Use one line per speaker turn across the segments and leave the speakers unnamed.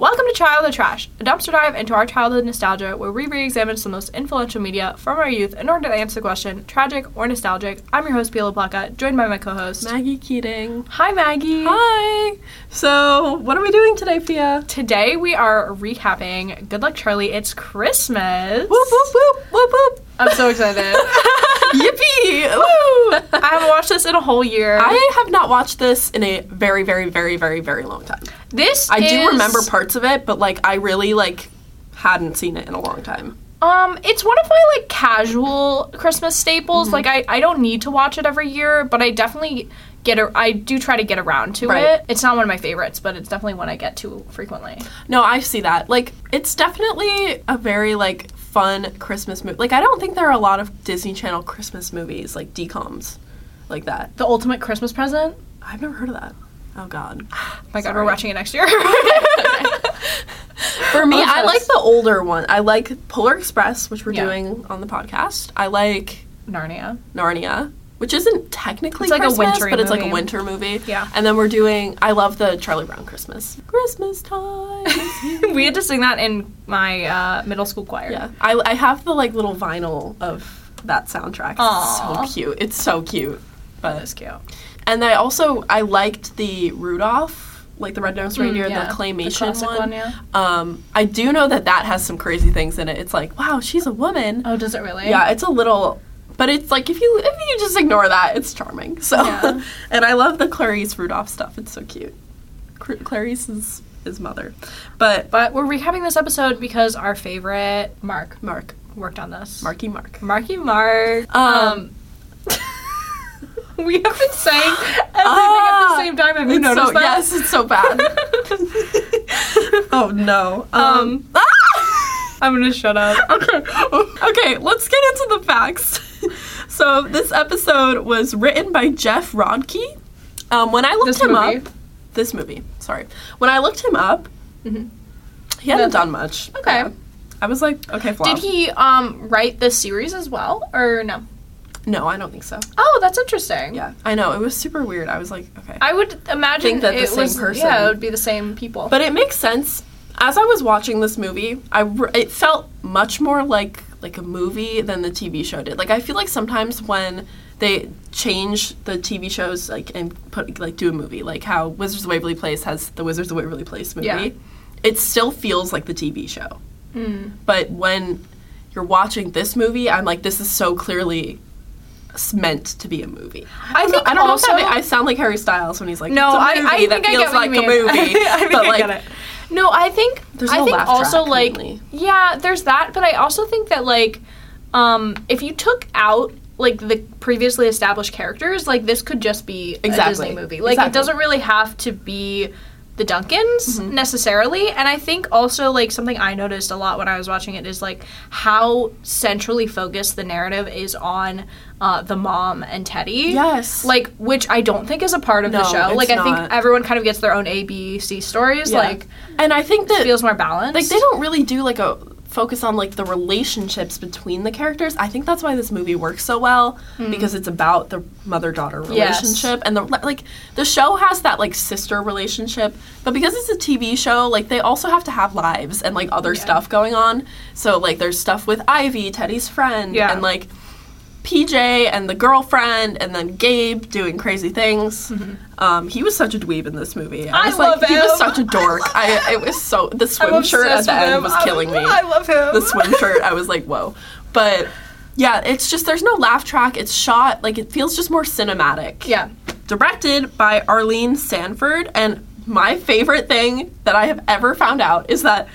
the Trash, a dumpster dive into our childhood nostalgia where we re examine some of the most influential media from our youth in order to answer the question, tragic or nostalgic. I'm your host, Pila Plaka, joined by my co host.
Maggie Keating.
Hi, Maggie.
Hi. So, what are we doing today, Pia?
Today we are recapping Good Luck Charlie, It's Christmas.
Whoop whoop whoop whoop whoop.
I'm so excited.
Yippee! Woo!
I haven't watched this in a whole year.
I have not watched this in a very, very, very, very, very long time.
this
I do
is-
remember parts of it, but like I really like hadn't seen it in a long time.
Um, it's one of my like casual Christmas staples. Like I, I don't need to watch it every year, but I definitely get a, I do try to get around to
Right.
it. It's not one of my favorites, but it's definitely one I get to frequently.
No, I see that. Like it's definitely a very like fun Christmas movie. Like I don't think there are a lot of Disney Channel Christmas movies like DComs like that.
The ultimate Christmas present.
I've never heard of that. Oh god.
Oh my god, we're
Sorry.
watching it next year.
For me, I
Obsessed.
like the older one. I like Polar Express, which we're
Yeah.
doing on the podcast. I like
Narnia.
Narnia, which isn't technically
It's like a
Christmas,
wintry
but it's like a
movie.
winter movie.
Yeah.
And then we're doing. I love the Charlie Brown Christmas. Christmas time. is here.
we had to sing that in my uh, middle school choir.
yeah. I I have the like little vinyl of that soundtrack.
Aw.
It's so cute. It's so cute.
That
But
is cute.
and I also I liked the Rudolph, like the Red-Nosed Reindeer,
Mm, yeah.
the
The
claymation
classic
one.
one, yeah.
Um, I do know that that has some crazy things in it. It's like, wow, she's a woman.
Oh, does it really?
Yeah, it's a little, but it's like if you if you just ignore that, it's charming. So,
Yeah.
and I love the Clarice Rudolph stuff. It's so cute. Cr- Clarice is his mother, but
But we're recapping this episode because our favorite Mark
Mark,
worked on this.
Marky Mark.
Marky Mark.
Um,
We have been saying everything at
Ah!
the same time. Have you
It's
noticed
so,
that?
Yes, it's so bad. oh no.
Um,
ah!
I'm gonna shut up.
okay. Okay, let's get into the facts. so this episode was written by Jeff Rodkey. Um, when I looked
This
him
movie.
up, this movie. Sorry, when I looked him up,
Mhm.
he
Nothing.
hadn't done much.
Okay.
Yeah. I was like, okay, flop.
Did he um write this series as well, or no?
No, I don't think so.
Oh, that's interesting.
Yeah, I know it was super weird. I was like, okay,
I would imagine
Think that the
it
same
was,
person-
Yeah, it would be the same people.
but it makes sense. As I was watching this movie, I r- it felt much more like like a movie than the TV show did. Like I feel like sometimes when they change the TV shows like and put like do a movie, like how Wizards of Waverly Place has the Wizards of Waverly Place movie,
Yeah.
it still feels like the TV show.
Mm.
But when you're watching this movie, I'm like, this is so clearly s- meant to be a movie.
I
don't
think
know, I don't
also-
know if that ma- I sound like Harry Styles when he's like,
no,
it's a
I,
movie
I think I
that feels
get what
like
you mean.
a movie.
I think
but
I
like,
get it. No, I think
There's
I
no
think
laugh
also
track,
like
mainly.
yeah, there's that, but I also think that like um if you took out like the previously established characters, like this could just be a
Exactly.
Disney movie. Like it
Exactly.
doesn't really have to be the Duncans
Mm-hmm.
necessarily, and I think also like something I noticed a lot when I was watching it is like how centrally focused the narrative is on uh, the mom and Teddy.
Yes.
like which I don't think is a part of the
No,
show.
it's
Like I think
not.
everyone kind of gets their own A B C stories.
Yeah.
Like
and I think that
feels more balanced.
like they don't really do like a focus on like the relationships between the characters. I think that's why this movie works so well because it's about the mother-daughter
Hmm. Yes.
relationship and the like the show has that like sister relationship, but because it's a TV show, like they also have to have lives and like other
Yeah.
stuff going on. So like there's stuff with Ivy, Teddy's friend,
Yeah.
and like PJ and the girlfriend, and then Gabe doing crazy things. Um, he was such a dweeb in this movie.
Mm-hmm. I
was
love
like, He was
him.
such a dork. I, it was so the
I'm
swim shirt at
obsessed
the
with
end
him.
was
I'm-
killing me.
I love him.
the swim shirt, I was like, whoa. But yeah, it's just there's no laugh track. It's shot like it feels just more cinematic.
Yeah.
Directed by Arlene Sanford, and my favorite thing that I have ever found out is that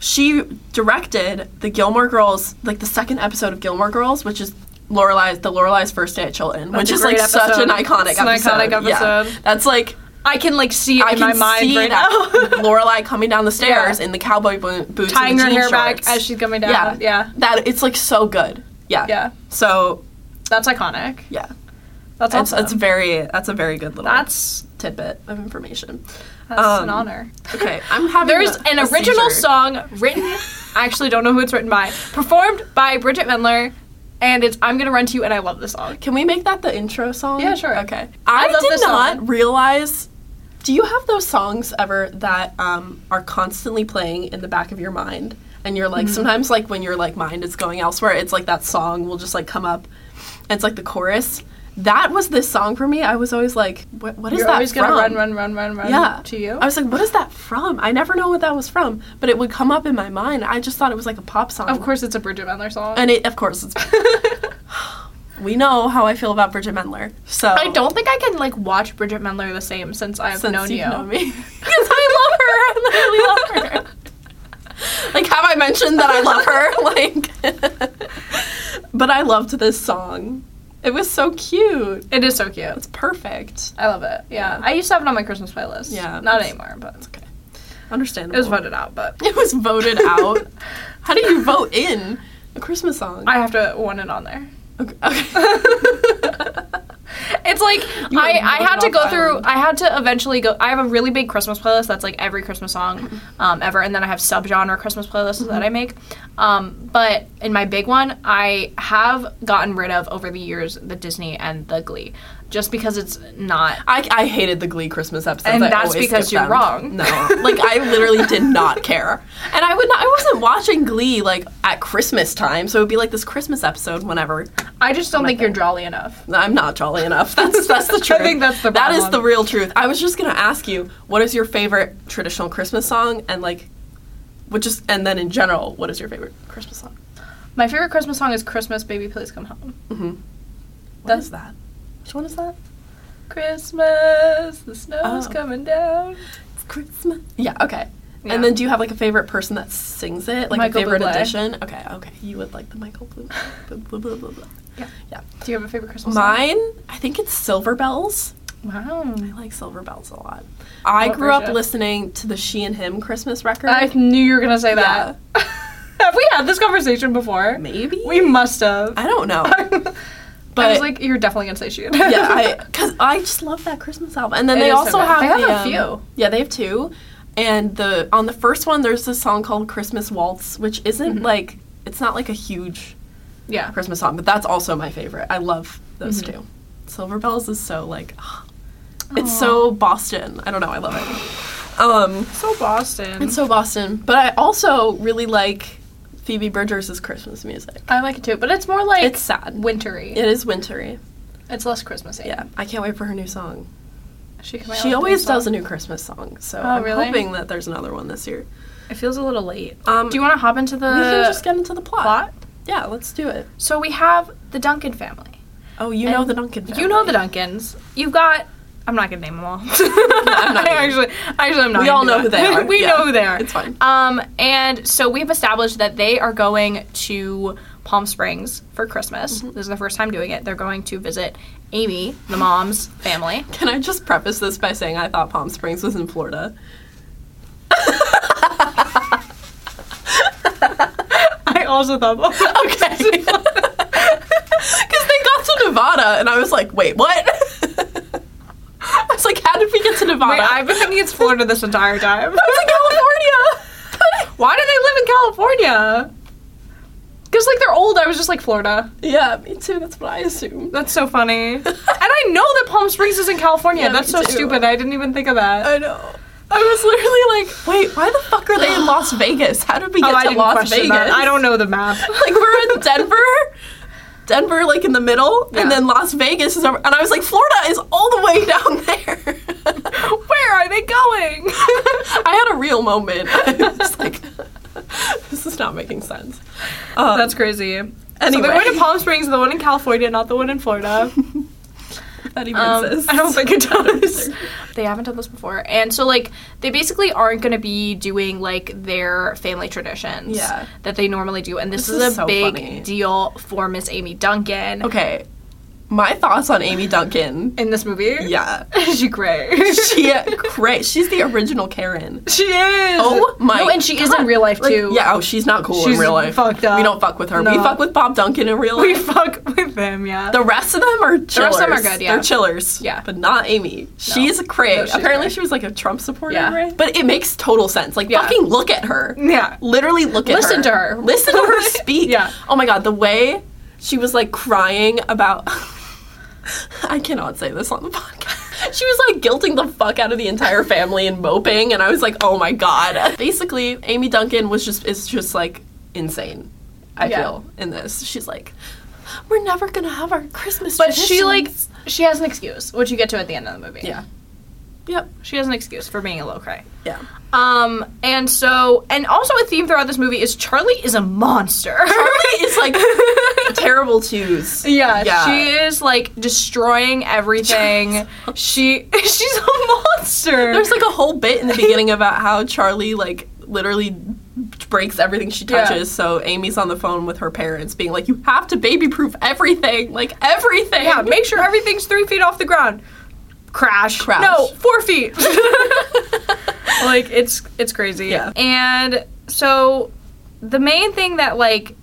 she directed the Gilmore Girls, like the second episode of Gilmore Girls, which is Lorelai's the Lorelai's first day at Chilton, which
a
is like
great
such
episode.
an iconic
It's an
episode.
iconic
Yeah.
episode.
That's like
I can like see it
I
in
can
my mind
see
right
that
now.
Lorelai coming down the stairs
Yeah.
in the cowboy bo- boots,
Tying
and the
her
jean
hair back
shorts.
as she's coming down. Yeah.
That it's like so good. Yeah,
Yeah.
So
That's iconic.
yeah,
That's
that's
awesome.
that's very that's a very good little
that's
tidbit of information.
that's
Um,
an honor.
Okay, I'm having
There's
a-
an
a
original
seizure.
song written I actually don't know who it's written by. Performed by Bridget Mendler and it's I'm gonna run to you and I love this song.
Can we make that the intro song?
Yeah, sure.
Okay.
I
I,
love
did
this
not
song.
realize Do you have those songs ever that um, are constantly playing in the back of your mind? And you're
Mm-hmm.
like, sometimes like when your like mind is going elsewhere, it's like that song will just like come up. And it's like the chorus. That was this song for me. I was always like, what, what is
You're
that
always
from?
gonna run, run, run, run, run
yeah.
to you.
I was like, what is that from? I never know what that was from, but it would come up in my mind. I just thought it was like a pop song.
of course, it's a Bridget Mendler song.
And it, of course, it's. we know how I feel about Bridget Mendler. So
I don't think I can like watch Bridget Mendler the same since I've
since
known
you've
you.
known me because I love her. I literally love her. Like, have I mentioned that I love her? Like, but I loved this song. It was so cute.
It is so cute.
It's perfect.
I love it. Yeah. I used to have it on my Christmas playlist.
Yeah.
Not anymore, but
Okay, understandable.
it was voted out. But
It was voted out. how do you vote in a Christmas song?
I have to want it on there.
okay. okay.
It's like
You
I,
are
I had
voted
to
off
go
the
through.
island.
I had to eventually go. I have a really big Christmas playlist that's like every Christmas song um, ever, and then I have subgenre Christmas playlists that I make. Um, but in my big one, I have gotten rid of over the years the Disney and the Glee, just because it's not.
I, I hated the Glee Christmas episodes.
And
I
that's
always
because
skipped
you're
them.
wrong.
No, like I literally did not care, and I would not. I wasn't watching Glee like at Christmas time, so it would be like this Christmas episode whenever.
I just don't think you're
thing.
jolly enough.
I'm not jolly enough. That's that's the truth.
I think that's the
that is
problem.
the real truth. I was just gonna ask you, what is your favorite traditional Christmas song, and like, which is, and then in general, what is your favorite Christmas song?
My favorite Christmas song is "Christmas, Baby, Please Come Home."
Mm-hmm. What
That's-
is that? Which one is that?
Christmas, the snow's
Oh.
coming down.
It's Christmas. Yeah. Okay.
Yeah.
And then, do you have like a favorite person that sings it, like
Michael
a favorite
Bublé.
edition? Okay, okay, you would like the Michael Blue. Blah, blah, blah, blah.
Do you have a favorite Christmas
Mine, I think it's Silver Bells.
song? Mine.
I like Silver Bells a lot. I
What
grew up
version?
listening to the She and Him Christmas record.
I knew you were gonna say that. have we had this conversation before?
Maybe
We must have.
I don't know, but
I was like, you're definitely gonna say shoot.
yeah, I because I just love that Christmas album. And then
It
they
is so
also
good.
have
They have
the,
a few.
um, yeah, they have two. And the on the first one, there's this song called Christmas Waltz, which isn't
Mhm.
like it's not like a huge
yeah.
Christmas song, but that's also my favorite. I love those
Mhm.
two. Silver Bells is so like, it's
Aw.
so Boston. I don't know. I love it. Um,
So Boston.
it's so Boston. But I also really like Phoebe Bridgers' Christmas music.
I like it too, but it's more like
It's sad.
wintry.
It is wintry.
It's less Christmassy.
Yeah, I can't wait for her new song.
She, come out with
she
a
always
new song.
does a new Christmas song, so
Oh,
I'm
really?
hoping that there's another one this year.
It feels a little late.
Um,
Do you want to hop into the
we can just get into the plot.
plot?
Yeah, let's do it.
So we have the Duncan family.
Oh, you know
And
the Duncan. Family.
You know the Dunkins. You've got. I'm not gonna name them all.
I'm not
I
either.
actually, actually, I'm not.
We
gonna
all
do
know who
that.
they are.
we
Yeah.
know who they are.
It's fine.
Um, and so we have established that they are going to Palm Springs for Christmas.
Mm-hmm.
This is the first time doing it. They're going to visit Amy, the mom's family.
Can I just preface this by saying I thought Palm Springs was in Florida?
I also thought.
Okay. Because they got to Nevada, and I was like, wait, what? I was like, how did we get to Nevada?
Wait, I've been thinking it's Florida this entire time.
That's in California.
Why do they live in California? Because like they're old. I was just like Florida.
yeah, me too. That's what I assumed.
That's so funny. and I know that Palm Springs is in California.
Yeah,
That's
me
so
too.
stupid. I didn't even think of that.
I know. I was literally like, wait, why the fuck are they in Las Vegas? How did we get
oh, I
to
didn't
Las
question
Vegas?
that. I don't know the map.
Like we're in Denver. Denver, like in the middle,
Yeah.
and then Las Vegas is over. And I was like, Florida is all the way down there.
Where are they going?
I had a real moment. I was like, this is not making sense. Um,
That's crazy. Anyway. So
Anyway.
they're going to Palm Springs, the one in California, not the one in Florida.
that even
Um,
exists.
I don't think it does.
either.
they haven't done this before. And so, like, they basically aren't going to be doing, like, their family traditions
Yeah.
that they normally do. And this,
This
is,
is
a
so
big
funny.
deal for Miss Amy Duncan
Okay, my thoughts on Amy Duncan.
in this movie.
Yeah,
she great.
she great. She's the original Karen.
She is.
Oh my!
No, and she is
God.
in real life
Like,
too.
yeah. Oh, she's not cool
She's
in real life.
fucked up.
We don't fuck with her. We
No.
fuck with Bob Duncan in real life.
We fuck with them, yeah.
The rest of them are chillers.
rest of them are good, yeah.
They're chillers.
Yeah.
But not Amy. She's a cray.
No, she's
Apparently
cray.
she was like a Trump supporter,
Yeah.
right? But it makes total sense. Like
Yeah.
fucking look at her.
yeah.
Literally look at
Listen
her.
to her.
Listen to her speak.
Yeah.
Oh my god, the way she was like crying about I cannot say this on the podcast. she was like guilting the fuck out of the entire family and moping, and I was like, oh my god. Basically, Amy Duncan was just is just like insane. I
Yeah.
feel in this. She's like, we're never gonna have our Christmas.
But she like
traditions."
she has an excuse, which you get to at the end of the movie.
yeah, yep,
She has an excuse for being a low cry.
yeah.
Um, and so, and also a theme throughout this movie is Charlie is a monster.
Charlie is like terrible twos.
yeah,
Yeah.
she is like destroying everything. she she's a monster.
There's like a whole bit in the beginning about how Charlie like literally breaks everything she
Yeah.
touches. So Amy's on the phone with her parents, being like, "You have to baby-proof everything, like everything."
yeah, make sure everything's three feet off the ground. Crash.
Crash.
No, four feet. like it's it's crazy.
Yeah.
And so the main thing that like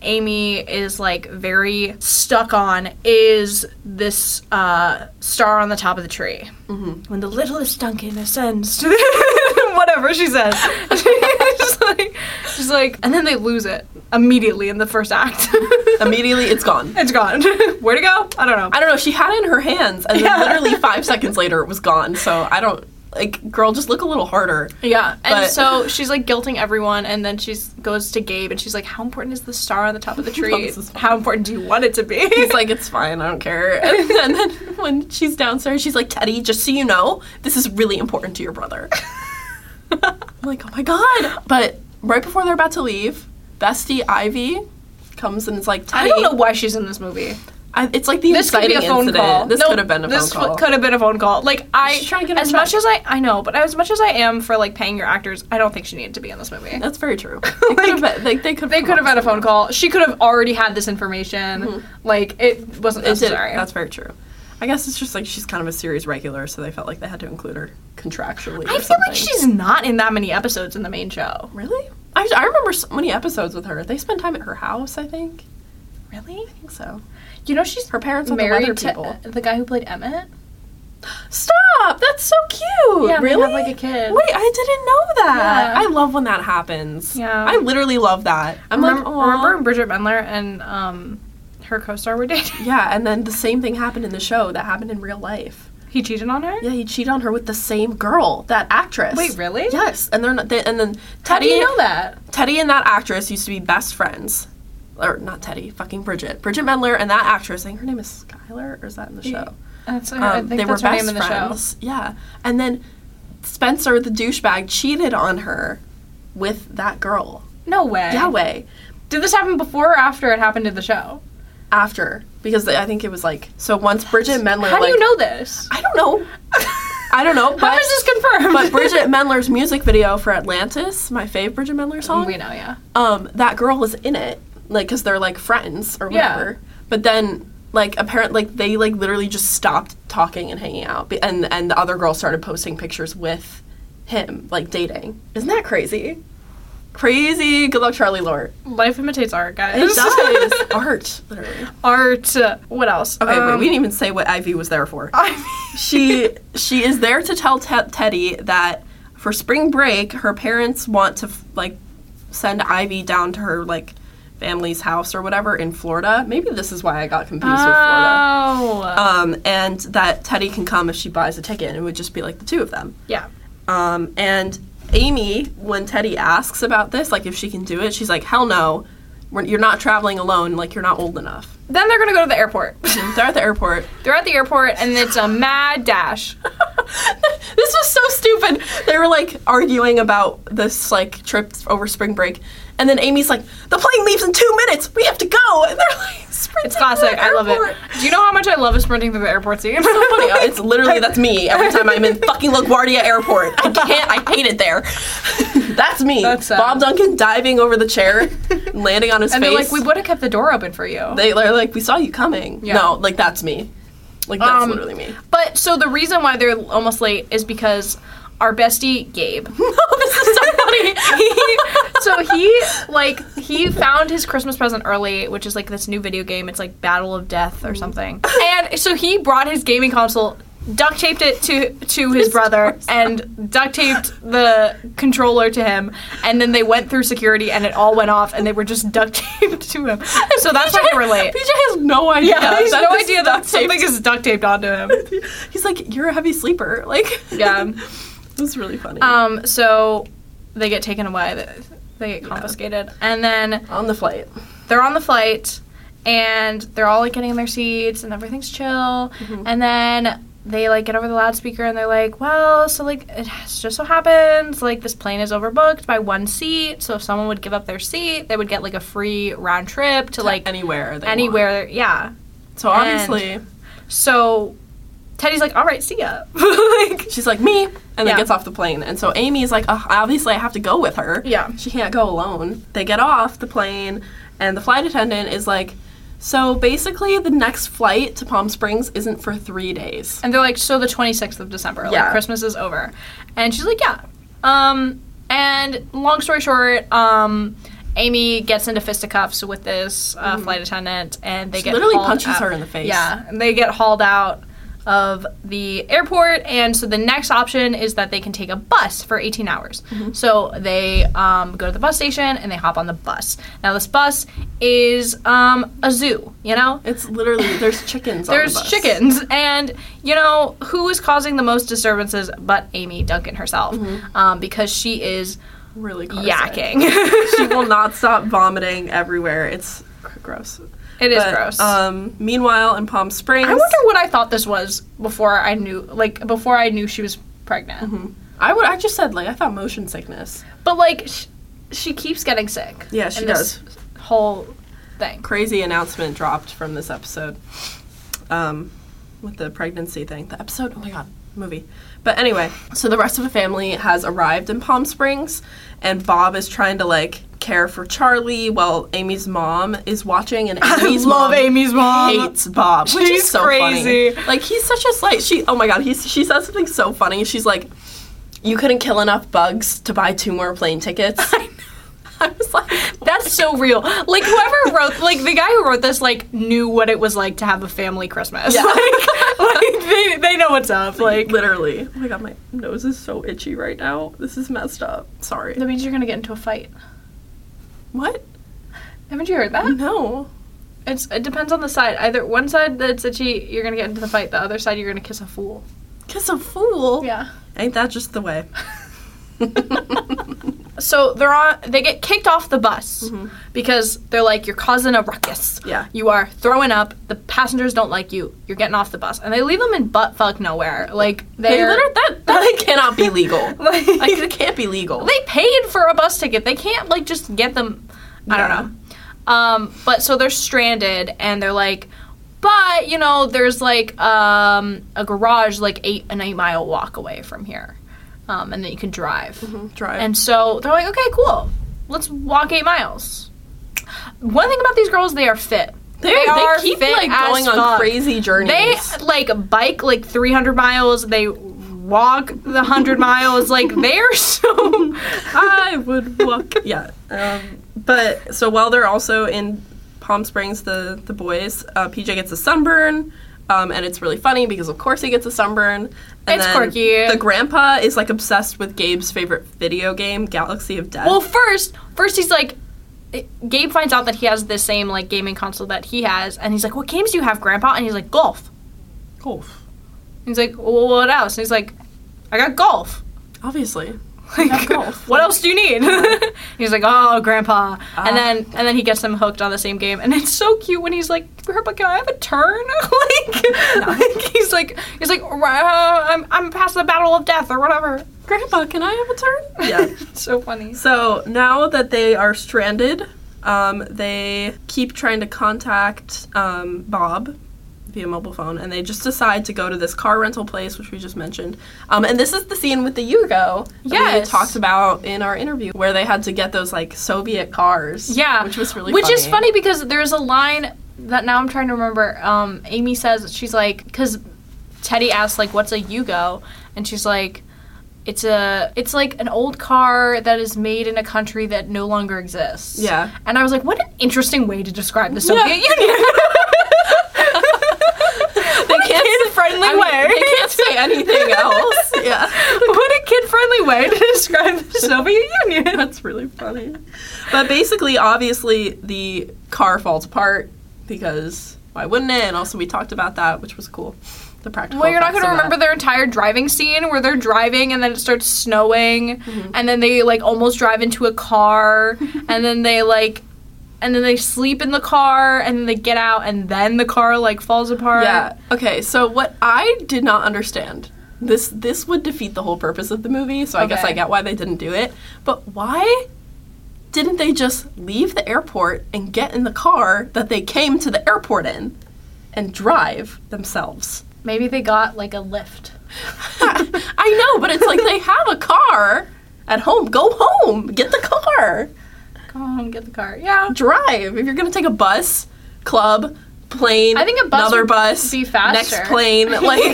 Amy is like very stuck on is this uh, star on the top of the tree. When the littlest Duncan ascends to the whatever she says, she's like, she's like, and then they lose it immediately in the first act.
Immediately, it's gone.
it's gone. Where to go? I don't know.
I don't know. She had it in her hands, and
Yeah.
then literally five seconds later, it was gone. So I don't like, girl, just look a little harder.
Yeah, and
But-
so she's like guilting everyone, and then she goes to Gabe, and she's like, "How important is the star on the top of the tree?
This is fine.
How important do you want it to be?"
He's like, it's fine, I don't care. And then, then when she's downstairs, she's like, Teddy, just so you know, this is really important to your brother. I'm like, oh my god. But right before they're about to leave, Bestie Ivy comes and it's like,
I
Teddy.
don't know why she's in this movie.
I- it's like the
This could
inciting
be a phone
incident.
call.
This
No,
could have been a
this
phone call.
could have been a phone call. Like I,
She's trying to get her
as
check.
much as I, I know, but as much as I am for like paying your actors, I don't think she needed to be in this movie.
That's very true. It could've been- they could have
They could have had a phone call. She could have already had this information. Like Mm-hmm. it wasn't
It did.
necessary.
That's very true. I guess it's just like she's kind of a series regular, so they felt like they had to include her contractually.
I
or
feel
something.
like she's not in that many episodes in the main show.
Really? I, I remember so many episodes with her. They spend time at her house, I think.
Really?
I think so.
You know she's
Her parents are the
married
weather
to uh,
people.
the guy who played Emmett.
Stop! That's so cute.
Yeah, and they
really?
have, like, a kid.
Wait, I didn't know that.
Yeah.
I love when that happens.
Yeah.
I literally love that. I'm
remember,
like, "Aw."
remember when Bridget Mendler and um, her co-star were dating?
Yeah, and then the same thing happened in the show that happened in real life.
He cheated on her.
Yeah, he cheated on her with the same girl, that actress.
Wait, really?
Yes, and they're not. They, and then Teddy.
How do you know that?
Teddy and that actress used to be best friends. Or not Teddy, fucking Bridget. Bridget Mendler and that actress, I think her name is Skylar, or is that in the
Yeah.
show?
That's, I
Um,
think that's her name in the show.
Yeah, and then Spencer, the douchebag, cheated on her with that girl
No way.
Yahweh
Did this happen before or after it happened in the show?
after because I think it was like so. Once Bridget Mendler,
How do
like-
you know this?
I don't know. I don't know.
How
But,
is this confirmed?
but Bridget Mendler's music video for Atlantis, my fave Bridget Mendler song,
we know, yeah.
um, that girl was in it, like, because they're like friends or
Yeah.
whatever. But then, like, apparently, like, they like literally just stopped talking and hanging out, Be- and and the other girl started posting pictures with him, like dating. Isn't that crazy? Crazy. Good luck, Charlie Lord.
Life imitates art, guys.
It does art, literally.
art. What else?
Okay, wait,
Um,
we didn't even say what Ivy was there for.
I mean,
she she is there to tell Ted Teddy that for spring break her parents want to f- like send Ivy down to her like family's house or whatever in Florida. Maybe this is why I got confused with Florida.
oh.
Um, and that Teddy can come if she buys a ticket, and it would just be like the two of them.
yeah.
Um, and Amy, when Teddy asks about this, like if she can do it, she's like, "Hell no, We're, you're not traveling alone. Like you're not old enough."
Then they're gonna go to the airport.
They're at the airport.
they're at the airport, and it's a mad dash.
this was so stupid. They were like arguing about this like trip over spring break, and then Amy's like, "The plane leaves in two minutes. We have to go." And they're like, "Sprinting."
It's classic. I love it. Do you know how much I love a sprinting through the airport scene?
Oh, It's literally that's me every time I'm in fucking LaGuardia Airport. I can't. I hate it there. that's me.
That's sad.
Bob Duncan diving over the chair, and landing on his
and
face.
they're like, we would have kept the door open for you.
they, are like, we saw you coming.
Yeah.
No, like that's me. Like that's
Um,
literally me.
but so the reason why they're almost late is because our bestie Gabe.
No, this is so funny.
he, so he like he found his Christmas present early, which is like this new video game. It's like Battle of Death or something. And so he brought his gaming console duct taped it to to his brother and duct taped the controller to him, and then they went through security and it all went off and they were just duct taped to him. So that's why they were late.
PJ has no idea.
Yeah, he has
that
no
this
idea
is
that
duct taped.
something is duct taped onto him.
He's like, you're a heavy sleeper. Like,
Yeah.
it was really funny.
Um, so they get taken away. They- They get confiscated, and then
on the flight.
they're on the flight, and they're all like getting in their seats, and everything's chill. And then they like get over the loudspeaker, and they're like, "Well, so like it has- just so happens like this plane is overbooked by one seat. So if someone would give up their seat, they would get like a free round trip to like
anywhere. They want.
anywhere. Yeah.
So obviously,
So Teddy's like, "All right, see ya." like,
she's like me, and
Yeah.
then gets off the plane. And so Amy's like, Ugh, obviously, I have to go with her.
Yeah.
she can't go alone. They get off the plane, and the flight attendant is like, so basically, the next flight to Palm Springs isn't for three days.
And they're like, so the 26th of December, like
Yeah.
Christmas is over. And she's like, yeah. Um, and long story short, um, Amy gets into fisticuffs with this uh, flight attendant, and they
Mm-hmm. She
get
literally
hauled
punches
out-
her in the face.
Yeah, and they get hauled out of the airport, and so the next option is that they can take a bus for 18 hours.
Mm-hmm.
So they um, go to the bus station and they hop on the bus. Now this bus is um, a zoo, you know.
It's literally there's chickens.
There's
on the bus.
chickens, and you know who is causing the most disturbances but Amy Duncan herself,
Mm-hmm.
um, because she is
Really car sick.
yakking.
she will not stop vomiting everywhere. It's c- gross.
it is
But,
gross.
Um, meanwhile, in Palm Springs,
I wonder what I thought this was before I knew, like before I knew she was pregnant.
Mm-hmm. I would. I just said like I thought motion sickness.
But like, sh- she keeps getting sick.
Yeah, she
in this Whole thing.
Crazy announcement dropped from this episode, um, with the pregnancy thing. The episode. Oh my god, movie. But anyway, so the rest of the family has arrived in Palm Springs, and Bob is trying to like care for Charlie while Amy's mom is watching, and Amy's mom
Amy's
hates Bob, which
She's
is so
crazy.
funny. Like he's such a slight. She oh my god, he's she says something so funny. She's like, "You couldn't kill enough bugs to buy two more plane tickets." I, was like,
That's so real. Like whoever wrote, like the guy who wrote this, like knew what it was like to have a family Christmas.
Yeah.
Like, like they, they know what's up. Like
literally. Oh my god, my nose is so itchy right now. This is messed up. Sorry.
That means you're gonna get into a fight.
What?
Haven't you heard that?
No.
It's it depends on the side. Either one side that's itchy, you're gonna get into the fight. The other side, you're gonna kiss a fool.
Kiss a fool.
Yeah.
Ain't that just the way?
So they're on. They get kicked off the bus because they're like, you're causing a ruckus.
Yeah.
You are throwing up. The passengers don't like you. You're getting off the bus, and they leave them in butt fuck nowhere. Like
They
they're.
literally that that cannot be legal.
Like-
like it can't be legal.
they paid for a bus ticket. They can't like just get them. I don't
Yeah.
know. Um, but so they're stranded and they're like, but you know, there's like um, a garage like eight an eight mile walk away from here, um, and then you can drive.
Drive.
And so they're like, okay, cool, let's walk eight miles. One thing about these girls, they are fit.
they, they keep
fit
like
as
going on
fuck.
crazy journeys.
They like bike like 300 miles. They walk the 100 miles. Like they're so
I would walk. yeah. Um, but so while they're also in Palm Springs, the the boys, uh, PJ gets a sunburn. Um, and it's really funny because of course he gets a sunburn. And
It's
then
quirky.
The grandpa is like obsessed with Gabe's favorite video game, Galaxy of Death.
Well, first, first he's like, eh, Gabe finds out that he has the same like gaming console that he has, and he's like, "What games do you have, Grandpa?" And he's like, "Golf."
Golf.
He's like, well, "What else?" And he's like, "I got golf."
Obviously.
Like,
golf.
what else do you need? he's like, "Oh, Grandpa,"
Ah.
and then and then he gets him hooked on the same game, and it's so cute when he's like, "Grandpa, can I have a turn?" like, like, he's like, he's like, "Uh, "I'm I'm past the battle of death" or whatever.
Grandpa, can I have a turn? Yeah.
It's so funny.
So now that they are stranded, um, they keep trying to contact um, Bob via mobile phone, and they just decide to go to this car rental place, which we just mentioned. Um, and this is the scene with the Yugo that
Yes.
we talked about in our interview, where they had to get those like Soviet cars.
Yeah,
which was really
which is funny because there's a line that now I'm trying to remember. Um, Amy says she's like because Teddy asks like what's a Yugo and she's like it's a it's like an old car that is made in a country that no longer exists.
Yeah.
and I was like, what an interesting way to describe the Soviet Union.
they can't
friendly
I mean,
way.
they can't say anything else. yeah.
what a kid friendly way to describe the Soviet Union.
That's really funny. But basically, obviously, the car falls apart because why wouldn't it? And also, we talked about that, which was cool. The practical.
Well, you're not
effects
going to
of
remember
that.
their entire driving scene where they're driving and then it starts snowing
Mm-hmm.
and then they like almost drive into a car and then they like and then they sleep in the car and then they get out and then the car like falls apart.
Yeah. Okay. So what I did not understand this this would defeat the whole purpose of the movie. So I guess
Okay.
I get why they didn't do it. But why didn't they just leave the airport and get in the car that they came to the airport in and drive themselves?
Maybe they got like a lift.
I know, but it's like they have a car at home. Go home. Get the car.
Go on, get the car. Yeah.
Drive. If you're gonna take a bus, club, plane,
I think a bus
another
would
bus,
be faster.
next plane, like.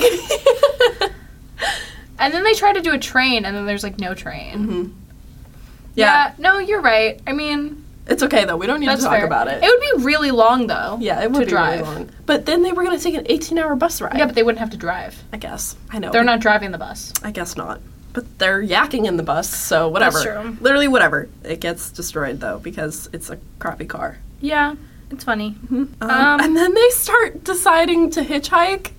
And then they try to do a train and then there's like no train.
Mm-hmm. yeah.
no, you're right. I mean,
It's okay though. We don't need
that's
to talk
fair.
about it.
It would be really long though.
yeah, it would
to
be
drive.
really long. But then they were gonna take an 18-hour bus ride.
Yeah, but they wouldn't have to drive.
I guess. I know.
They're not driving the bus.
I guess not. But they're yakking in the bus, so whatever.
true.
Literally whatever. It gets destroyed though because it's a crappy car.
Yeah, it's funny.
Um,
Um,
and then they start deciding to hitchhike,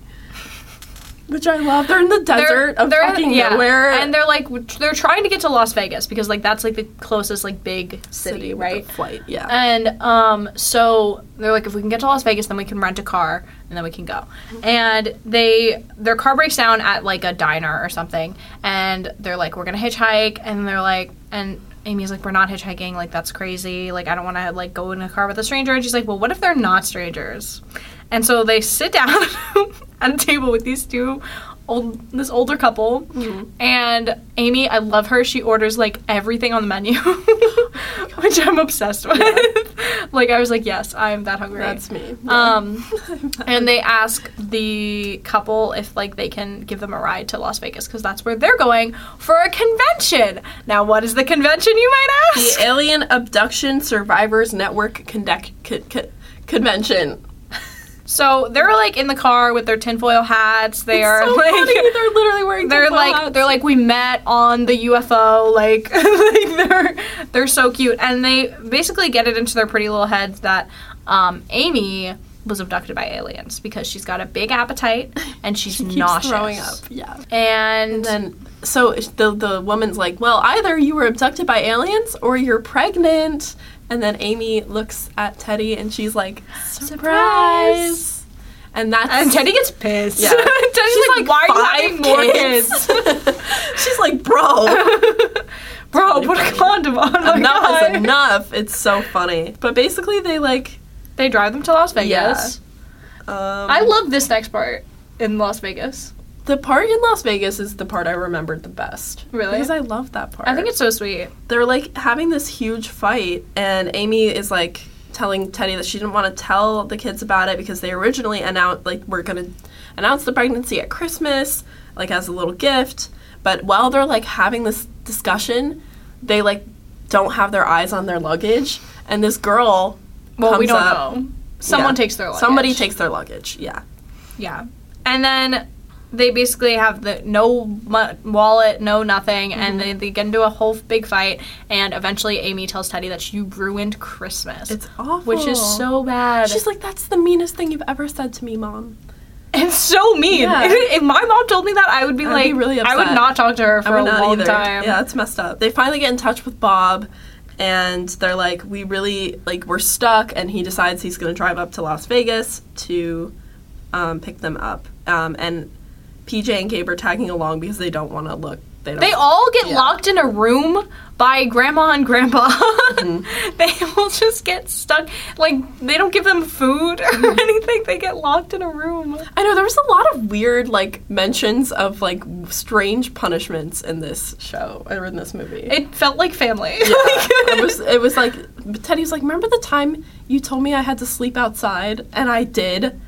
which I love. They're in the desert of fucking
yeah.
nowhere.
and they're like w- they're trying to get to Las Vegas because like that's like the closest like big city,
with
right?
the Uh, flight, yeah.
And um, so they're like, if we can get to Las Vegas, then we can rent a car and then we can go. And they their car breaks down at like a diner or something, and they're like, we're gonna hitchhike, and they're like, and Amy's like, we're not hitchhiking, like that's crazy, like I don't want to like go in a car with a stranger. And she's like, well, what if they're not strangers? And so they sit down at a table with these two old this older couple
Mm-hmm.
and Amy, I love her. She orders like everything on the menu, which I'm obsessed with. like I was like, yes, I'm that hungry.
That's me.
Um and they ask the couple if like they can give them a ride to Las Vegas cuz that's where they're going for a convention. Now, what is the convention you might
the
ask?
Alien Abduction Survivors Network Condec- co- co- Convention.
So, they're like in the car with their tinfoil hats. They
It's
are
so
like
funny. They're literally wearing.
they're
tinfoil
like
hats.
they're like we met on the UFO like, like they're they're so cute and they basically get it into their pretty little heads that um, Amy was abducted by aliens because she's got a big appetite and she's
Keeps
nauseous
throwing up. Yeah.
and,
And then so it's- the the woman's like, well, either you were abducted by aliens or you're pregnant. And then Amy looks at Teddy and she's like, surprise. And that's
and Teddy gets pissed.
Yeah.
Teddy's
She's
like, why are you having more kids?
she's like, bro,
Bro,
really
put a
funny.
condom on. oh my
enough
God.
is enough. It's so funny. But basically, they like.
They drive them to Las Vegas.
Um,
I love this next part in Las Vegas.
the part in Las Vegas is the part I remembered the best.
Really?
Because I love that part.
I think it's so sweet.
they're like having this huge fight and amy is like telling teddy that she didn't want to tell the kids about it because they originally announced like we're going to announce the pregnancy at christmas like as a little gift but while they're like having this discussion they like don't have their eyes on their luggage and this girl
Well, we
comes
don't
up-
know. Someone
Yeah.
takes their luggage.
somebody takes their luggage yeah
Yeah. And then they basically have the no mu- wallet, no nothing,
Mm-hmm.
and they, they get into a whole big fight. And eventually, Amy tells Teddy that she ruined Christmas,
it's awful
which is so bad.
she's like that's the meanest thing you've ever said to me mom
it's so mean.
Yeah.
if my mom told me that, I would be
I'd
like,
be really
I would
upset.
not talk to her for
I
a
would not
long
either.
time.
Yeah, that's messed up. They finally get in touch with Bob, and they're like, "We really like we're stuck." And he decides he's going to drive up to Las Vegas to um, pick them up. Um, and PJ and Gabe are tagging along because they don't want to look. They don't.
They all get
Yeah.
locked in a room by grandma and grandpa.
Mm-hmm.
they all just get stuck. Like, they don't give them food or
Mm-hmm.
anything. They get locked in a room.
I know there was a lot of weird like mentions of like strange punishments in this show or in this movie.
It felt like family.
it was it was like Teddy was like, remember the time you told me I had to sleep outside and I did.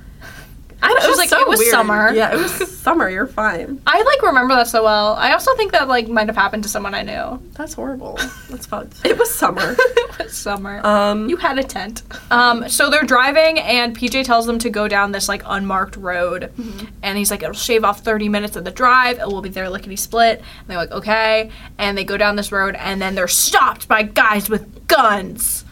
I don't,
She was like, "It was summer."
Yeah, it was summer. You're fine.
I like remember that so well. I also think that like might have happened to someone I knew.
That's horrible. That's fucked. It was summer.
It was summer.
Um,
You had a tent. Um, so they're driving, and PJ tells them to go down this like unmarked road,
Mm-hmm.
and he's like, "It'll shave off 30 minutes of the drive, and we'll be there lickety split." And they're like, "Okay," and they go down this road, and then they're stopped by guys with guns,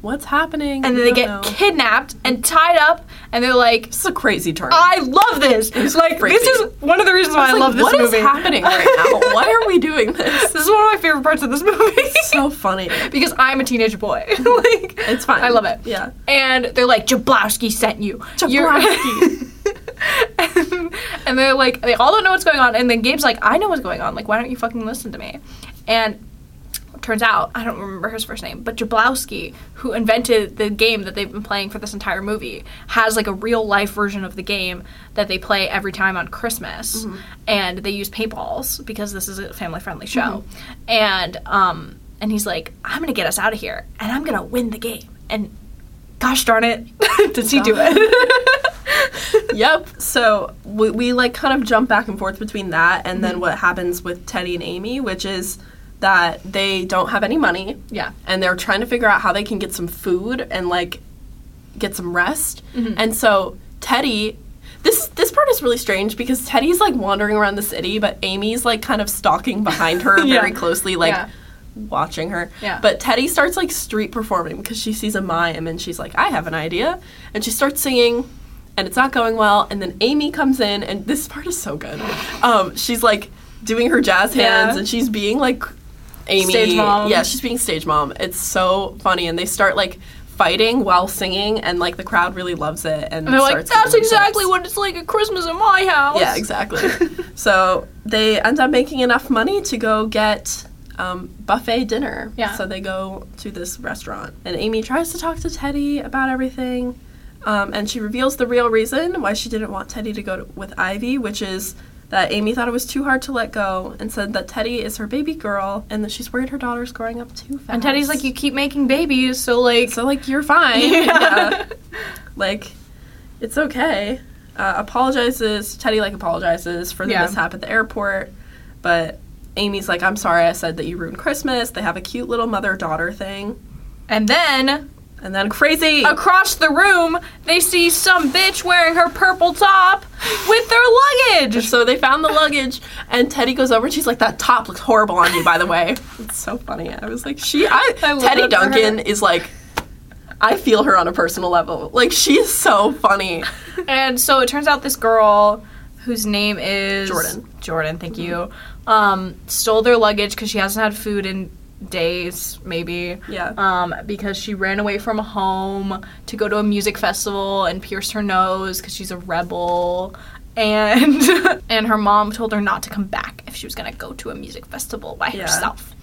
what's happening?
and then
We
they
don't
get
know.
kidnapped and tied up, and they're like.
This is a crazy turn.
I love this. like
crazy.
this is one of the reasons why I,
was like,
love this
what is
movie.
happening right now? Why are we doing this?
This is one of my favorite parts of this movie.
so funny.
because I'm a teenage boy. like
It's fine.
I love it.
Yeah.
And they're like, Jablowski sent you. You're-
Jablowski.
and, and they're like, they all don't know what's going on. And then Gabe's like, I know what's going on. Like, why don't you fucking listen to me? And turns out, I don't remember his first name, but Jablowski, who invented the game that they've been playing for this entire movie, has like a real life version of the game that they play every time on Christmas. And they use paintballs because this is a family friendly show. And, um, and he's like, I'm gonna get us out of here and I'm gonna win the game. And gosh darn it, does he do it?
Yep. So we, we like kind of jump back and forth between that and
Mm-hmm.
then what happens with Teddy and Amy, which is that they don't have any money.
yeah.
and they're trying to figure out how they can get some food and like get some rest.
Mm-hmm.
And so Teddy this this part is really strange because Teddy's like wandering around the city, but Amy's like kind of stalking behind her
Yeah.
very closely, like
Yeah.
watching her.
Yeah.
But Teddy starts like street performing because she sees a mime and she's like, I have an idea. And she starts singing and it's not going well. And then Amy comes in and this part is so good. Um, she's like doing her jazz hands
Yeah.
and she's being like Amy.
Stage mom.
Yeah, she's being stage mom. It's so funny. And they start like fighting while singing and like the crowd really loves it
And
and,
they're like,
starts
that's
giving them
exactly
tips."
what it's like at Christmas in my house.
Yeah, exactly. so they end up making enough money to go get um, buffet dinner.
Yeah.
So they go to this restaurant, and Amy tries to talk to Teddy about everything, um, and she reveals the real reason why she didn't want Teddy to go to, with Ivy, which is that Amy thought it was too hard to let go, and said that Teddy is her baby girl, and that she's worried her daughter's growing up too fast.
And Teddy's like, you keep making babies, so like.
So like you're fine.
Yeah.
Like it's okay. Uh, apologizes. Teddy like apologizes for the
Yeah.
mishap at the airport, but Amy's like, "I'm sorry. I said that you ruined Christmas." They have a cute little mother daughter thing,
And then,
and then crazy.
across the room, they see some bitch wearing her purple top with their luggage.
so they found the luggage, and Teddy goes over and she's like, "That top looks horrible on you." By the way, it's so funny. I was like, "She, I,
I love
Teddy
that for her.
Duncan is like." I feel her on a personal level. Like she is so funny.
And so it turns out this girl, whose name is
Jordan.
Jordan, thank you, um, stole their luggage because she hasn't had food in days, maybe.
Yeah.
Um, because she ran away from home to go to a music festival and pierced her nose because she's a rebel. And and her mom told her not to come back if she was gonna go to a music festival by
Yeah.
herself.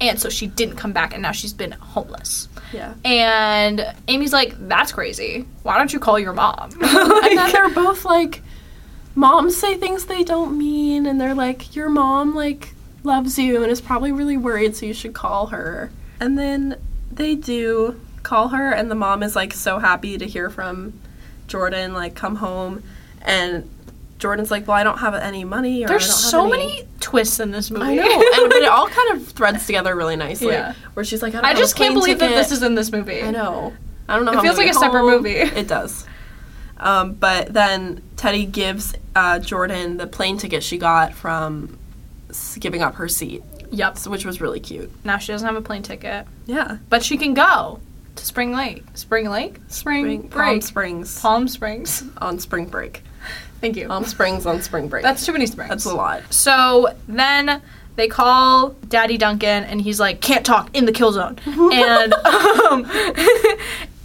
And so she didn't come back, and now she's been homeless.
Yeah.
And Amy's like, "That's crazy. Why don't you call your mom?"
and then they're both like moms say things they don't mean and they're like your mom like loves you and is probably really worried so you should call her and then they do call her and the mom is like so happy to hear from jordan like come home and jordan's like well i don't have any money or I
There's
don't have
so
any-
many twists in this movie.
i know and, but it all kind of threads together really nicely
Yeah.
where she's like i, don't
I
have a
just can't
plane
believe that
ticket.
this is in this movie.
I know. I don't know.
It
how I'm
feels
gonna
like
get
a separate
home.
movie.
It does. Um, but then Teddy gives uh, Jordan the plane ticket she got from s- giving up her seat,
Yep.
so- which was really cute.
Now she doesn't have a plane ticket,
Yeah.
but she can go to Spring Lake. Spring Lake? Spring,
Spring, Palm
Break.
Springs
Palm Springs.
on spring break.
Thank you.
Palm Springs on spring break.
That's too many springs.
that's a lot.
So then they call Daddy Duncan, and he's like, "Can't talk in the kill zone," and um,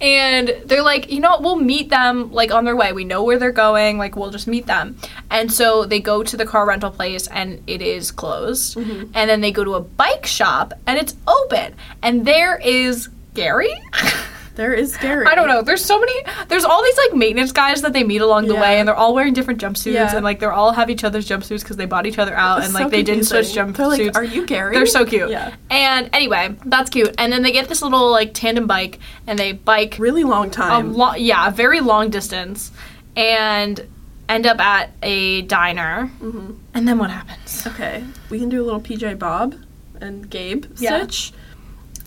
and they're like, "You know what? We'll meet them like on their way. We know where they're going. Like we'll just meet them." And so they go to the car rental place, and it is closed. And then they go to a bike shop, and it's open. And there is Gary.
There is scary.
I don't know. There's so many. There's all these like maintenance guys that they meet along the
Yeah.
way, and they're all wearing different jumpsuits,
Yeah.
and like they're all have each other's jumpsuits because they bought each other out,
It's
and
so
like they didn't switch
confusing. They're
jumpsuits.
Like, Are you Gary?
They're so cute.
Yeah.
And anyway, that's cute. And then they get this little like tandem bike, and they bike
Really long
a
time.
lot. Yeah, a very long distance. and end up at a diner.
hmm
And then what happens?
Okay, we can do a little PJ Bob and Gabe
Yeah.
Stitch.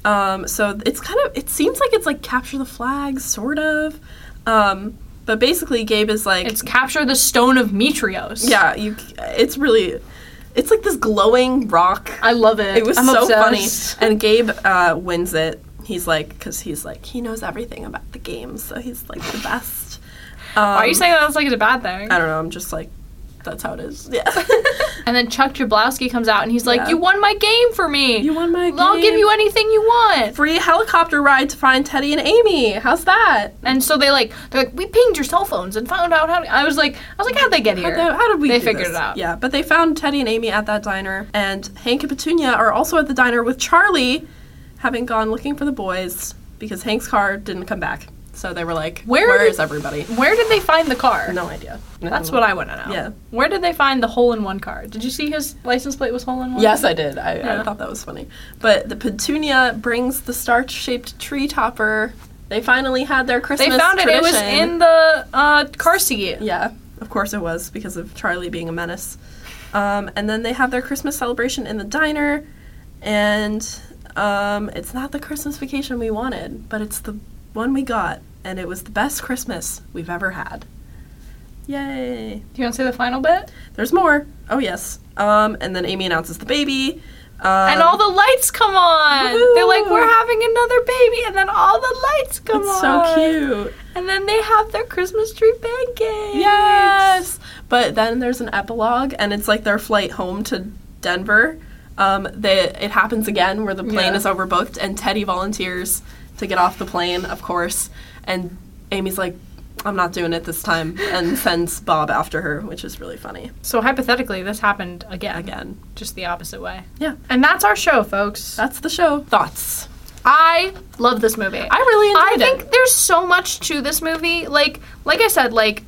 Um, so it's kind of it seems like it's like capture the flag, sort of. Um, but basically, Gabe is like,
It's capture the stone of Metrios.
yeah, you. It's really, it's like this glowing rock.
I love it.
It was
I'm
so
obsessed.
funny, and Gabe uh, wins it. He's like, because he's like, he knows everything about the game, so he's like the best. Um,
Why are you saying that that's like it's a bad thing?
I don't know. I'm just like, that's how it is. Yeah.
And then Chuck Jablowski comes out and he's like,
Yeah.
"You won my game for me.
you won my.
I'll give
game."
you anything you want."
free helicopter ride to find Teddy and Amy. How's that?
And so they like they're like, "We pinged your cell phones and found out how." To, I was like, I was like, "How'd they get
How,
here?"
the- how did we?
They
do
figured
this?
it out.
Yeah, but they found Teddy and Amy at that diner, and Hank and Petunia are also at the diner with Charlie, having gone looking for the boys because Hank's car didn't come back. So they were like,
Where
where
did-
is everybody?"
Where did they find the car?
No idea.
That's what I want to know.
Yeah.
Where did they find the hole in one car? Did you see his license plate was hole in one?
Yes, I did. I,
Yeah.
I thought that was funny. But the Petunia brings the star-shaped tree topper. They finally had their
They
Christmas.
found it. It was
tradition.
in the uh, car seat.
Yeah, of course it was because of Charlie being a menace. Um, and then they have their Christmas celebration in the diner, and um, it's not the Christmas vacation we wanted, but it's the one we got, and it was the best Christmas we've ever had. Yay!
Do you want to say the final bit?
There's more. Oh yes. Um, and then Amy announces the baby. Um,
and all the lights come on. They're like,
Woohoo.
we're having another baby, and then all the lights come
Um, it's
on.
so cute.
And then they have their Christmas tree pancakes.
Yes. But then there's an epilogue, and it's like their flight home to Denver. Um, they, it happens again where the plane
Yeah.
is overbooked, and Teddy volunteers to get off the plane, of course. And Amy's like, I'm not doing it this time, and sends Bob after her, which is really funny.
So hypothetically, this happened again,
Again,
just the opposite way.
Yeah.
And that's our show, folks.
that's the show. Thoughts?
I love this movie.
I really
I
enjoyed
think
it.
there's so much to this movie. Like, like I said, like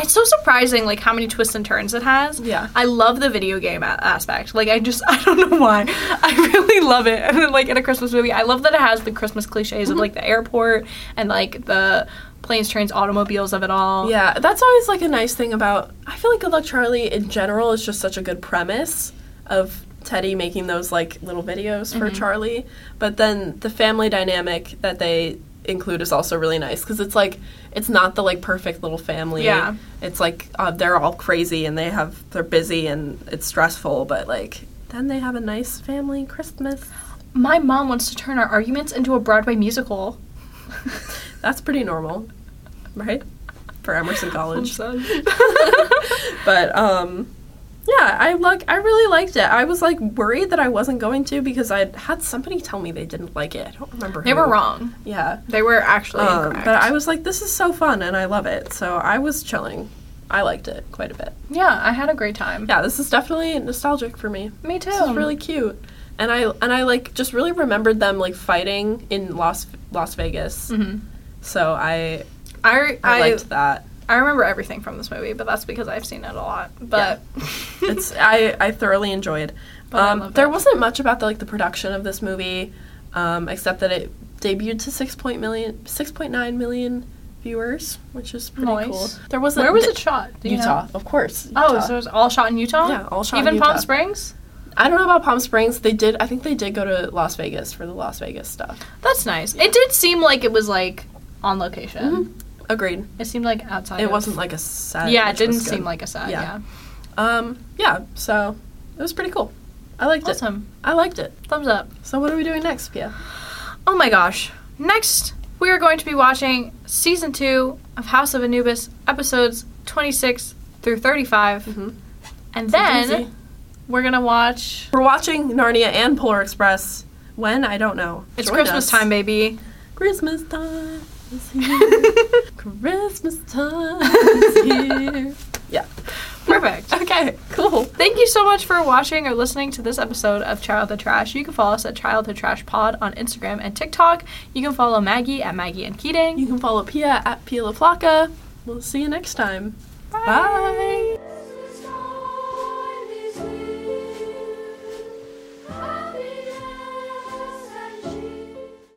it's so surprising, like how many twists and turns it has.
Yeah.
I love the video game a- aspect. Like, I just I don't know why. I really love it. And then, like in a Christmas movie, I love that it has the Christmas cliches
Mm-hmm.
of like the airport and like the planes, trains, automobiles of it all.
Yeah, that's always like a nice thing about. I feel like Good Luck Charlie in general is just such a good premise of Teddy making those like little videos for Charlie, but then the family dynamic that they include is also really nice because it's like it's not the like perfect little family.
Yeah.
it's like uh, they're all crazy and they have they're busy and it's stressful, but like then they have a nice family Christmas.
My mom wants to turn our arguments into a Broadway musical.
That's pretty normal, right? For Emerson College.
Sad.
but um yeah i like i really liked it i was like worried that i wasn't going to because i had somebody tell me they didn't like it i don't remember
they
who.
were wrong.
yeah
They were actually
um,
incorrect.
but i was like this is so fun and i love it so i was chilling i liked it quite a bit
yeah, I had a great time.
yeah this is definitely nostalgic for me
Me too.
this is really cute and i and i like just really remembered them like fighting in las las vegas
Mhm.
so i
I
i
I,
liked that
I remember everything from this movie, but that's because I've seen it a lot. But
it's I, I thoroughly enjoyed.
But Oh, I
Um,
love
there
it.
wasn't much about the like the production of this movie, um, except that it debuted to six point million, six point nine million viewers, which is pretty
Nice.
cool. There wasn't
where was
th-
it shot? Do you know?
Utah, of course.
Oh,
Utah.
so it was all shot in Utah.
Yeah, all shot in
Even Palm
Utah.
Springs.
I don't know about Palm Springs. They did. I think they did go to Las Vegas for the Las Vegas stuff.
That's nice. It did seem like it was like on location.
Agreed.
It seemed like outside.
Mm-hmm. It
of-
wasn't like a set.
yeah, it
which was
didn't seem
good.
like a set.
Yeah.
Yeah.
Um. Yeah. So it was pretty cool. I liked it.
Awesome.
I liked it.
Thumbs up.
So what are we doing next, Pia?
Oh my gosh. Next, we are going to be watching season two of House of Anubis, episodes 26 through 35.
Mhm.
And
It's a doozy.
then we're going to watch.
We're watching Narnia and Polar Express. When? I don't know.
It's
Join
Christmas
us.
time, baby.
Christmas time is here. Christmas time is here. Yeah.
Perfect.
Okay, cool.
Thank you so much for watching or listening to this episode of Childhood Trash. You can follow us at Childhood Trash Pod on Instagram and TikTok. You can follow Maggie at Maggie and Keating.
You can follow Pia at Pia LaFlaca. We'll see you next time. Bye.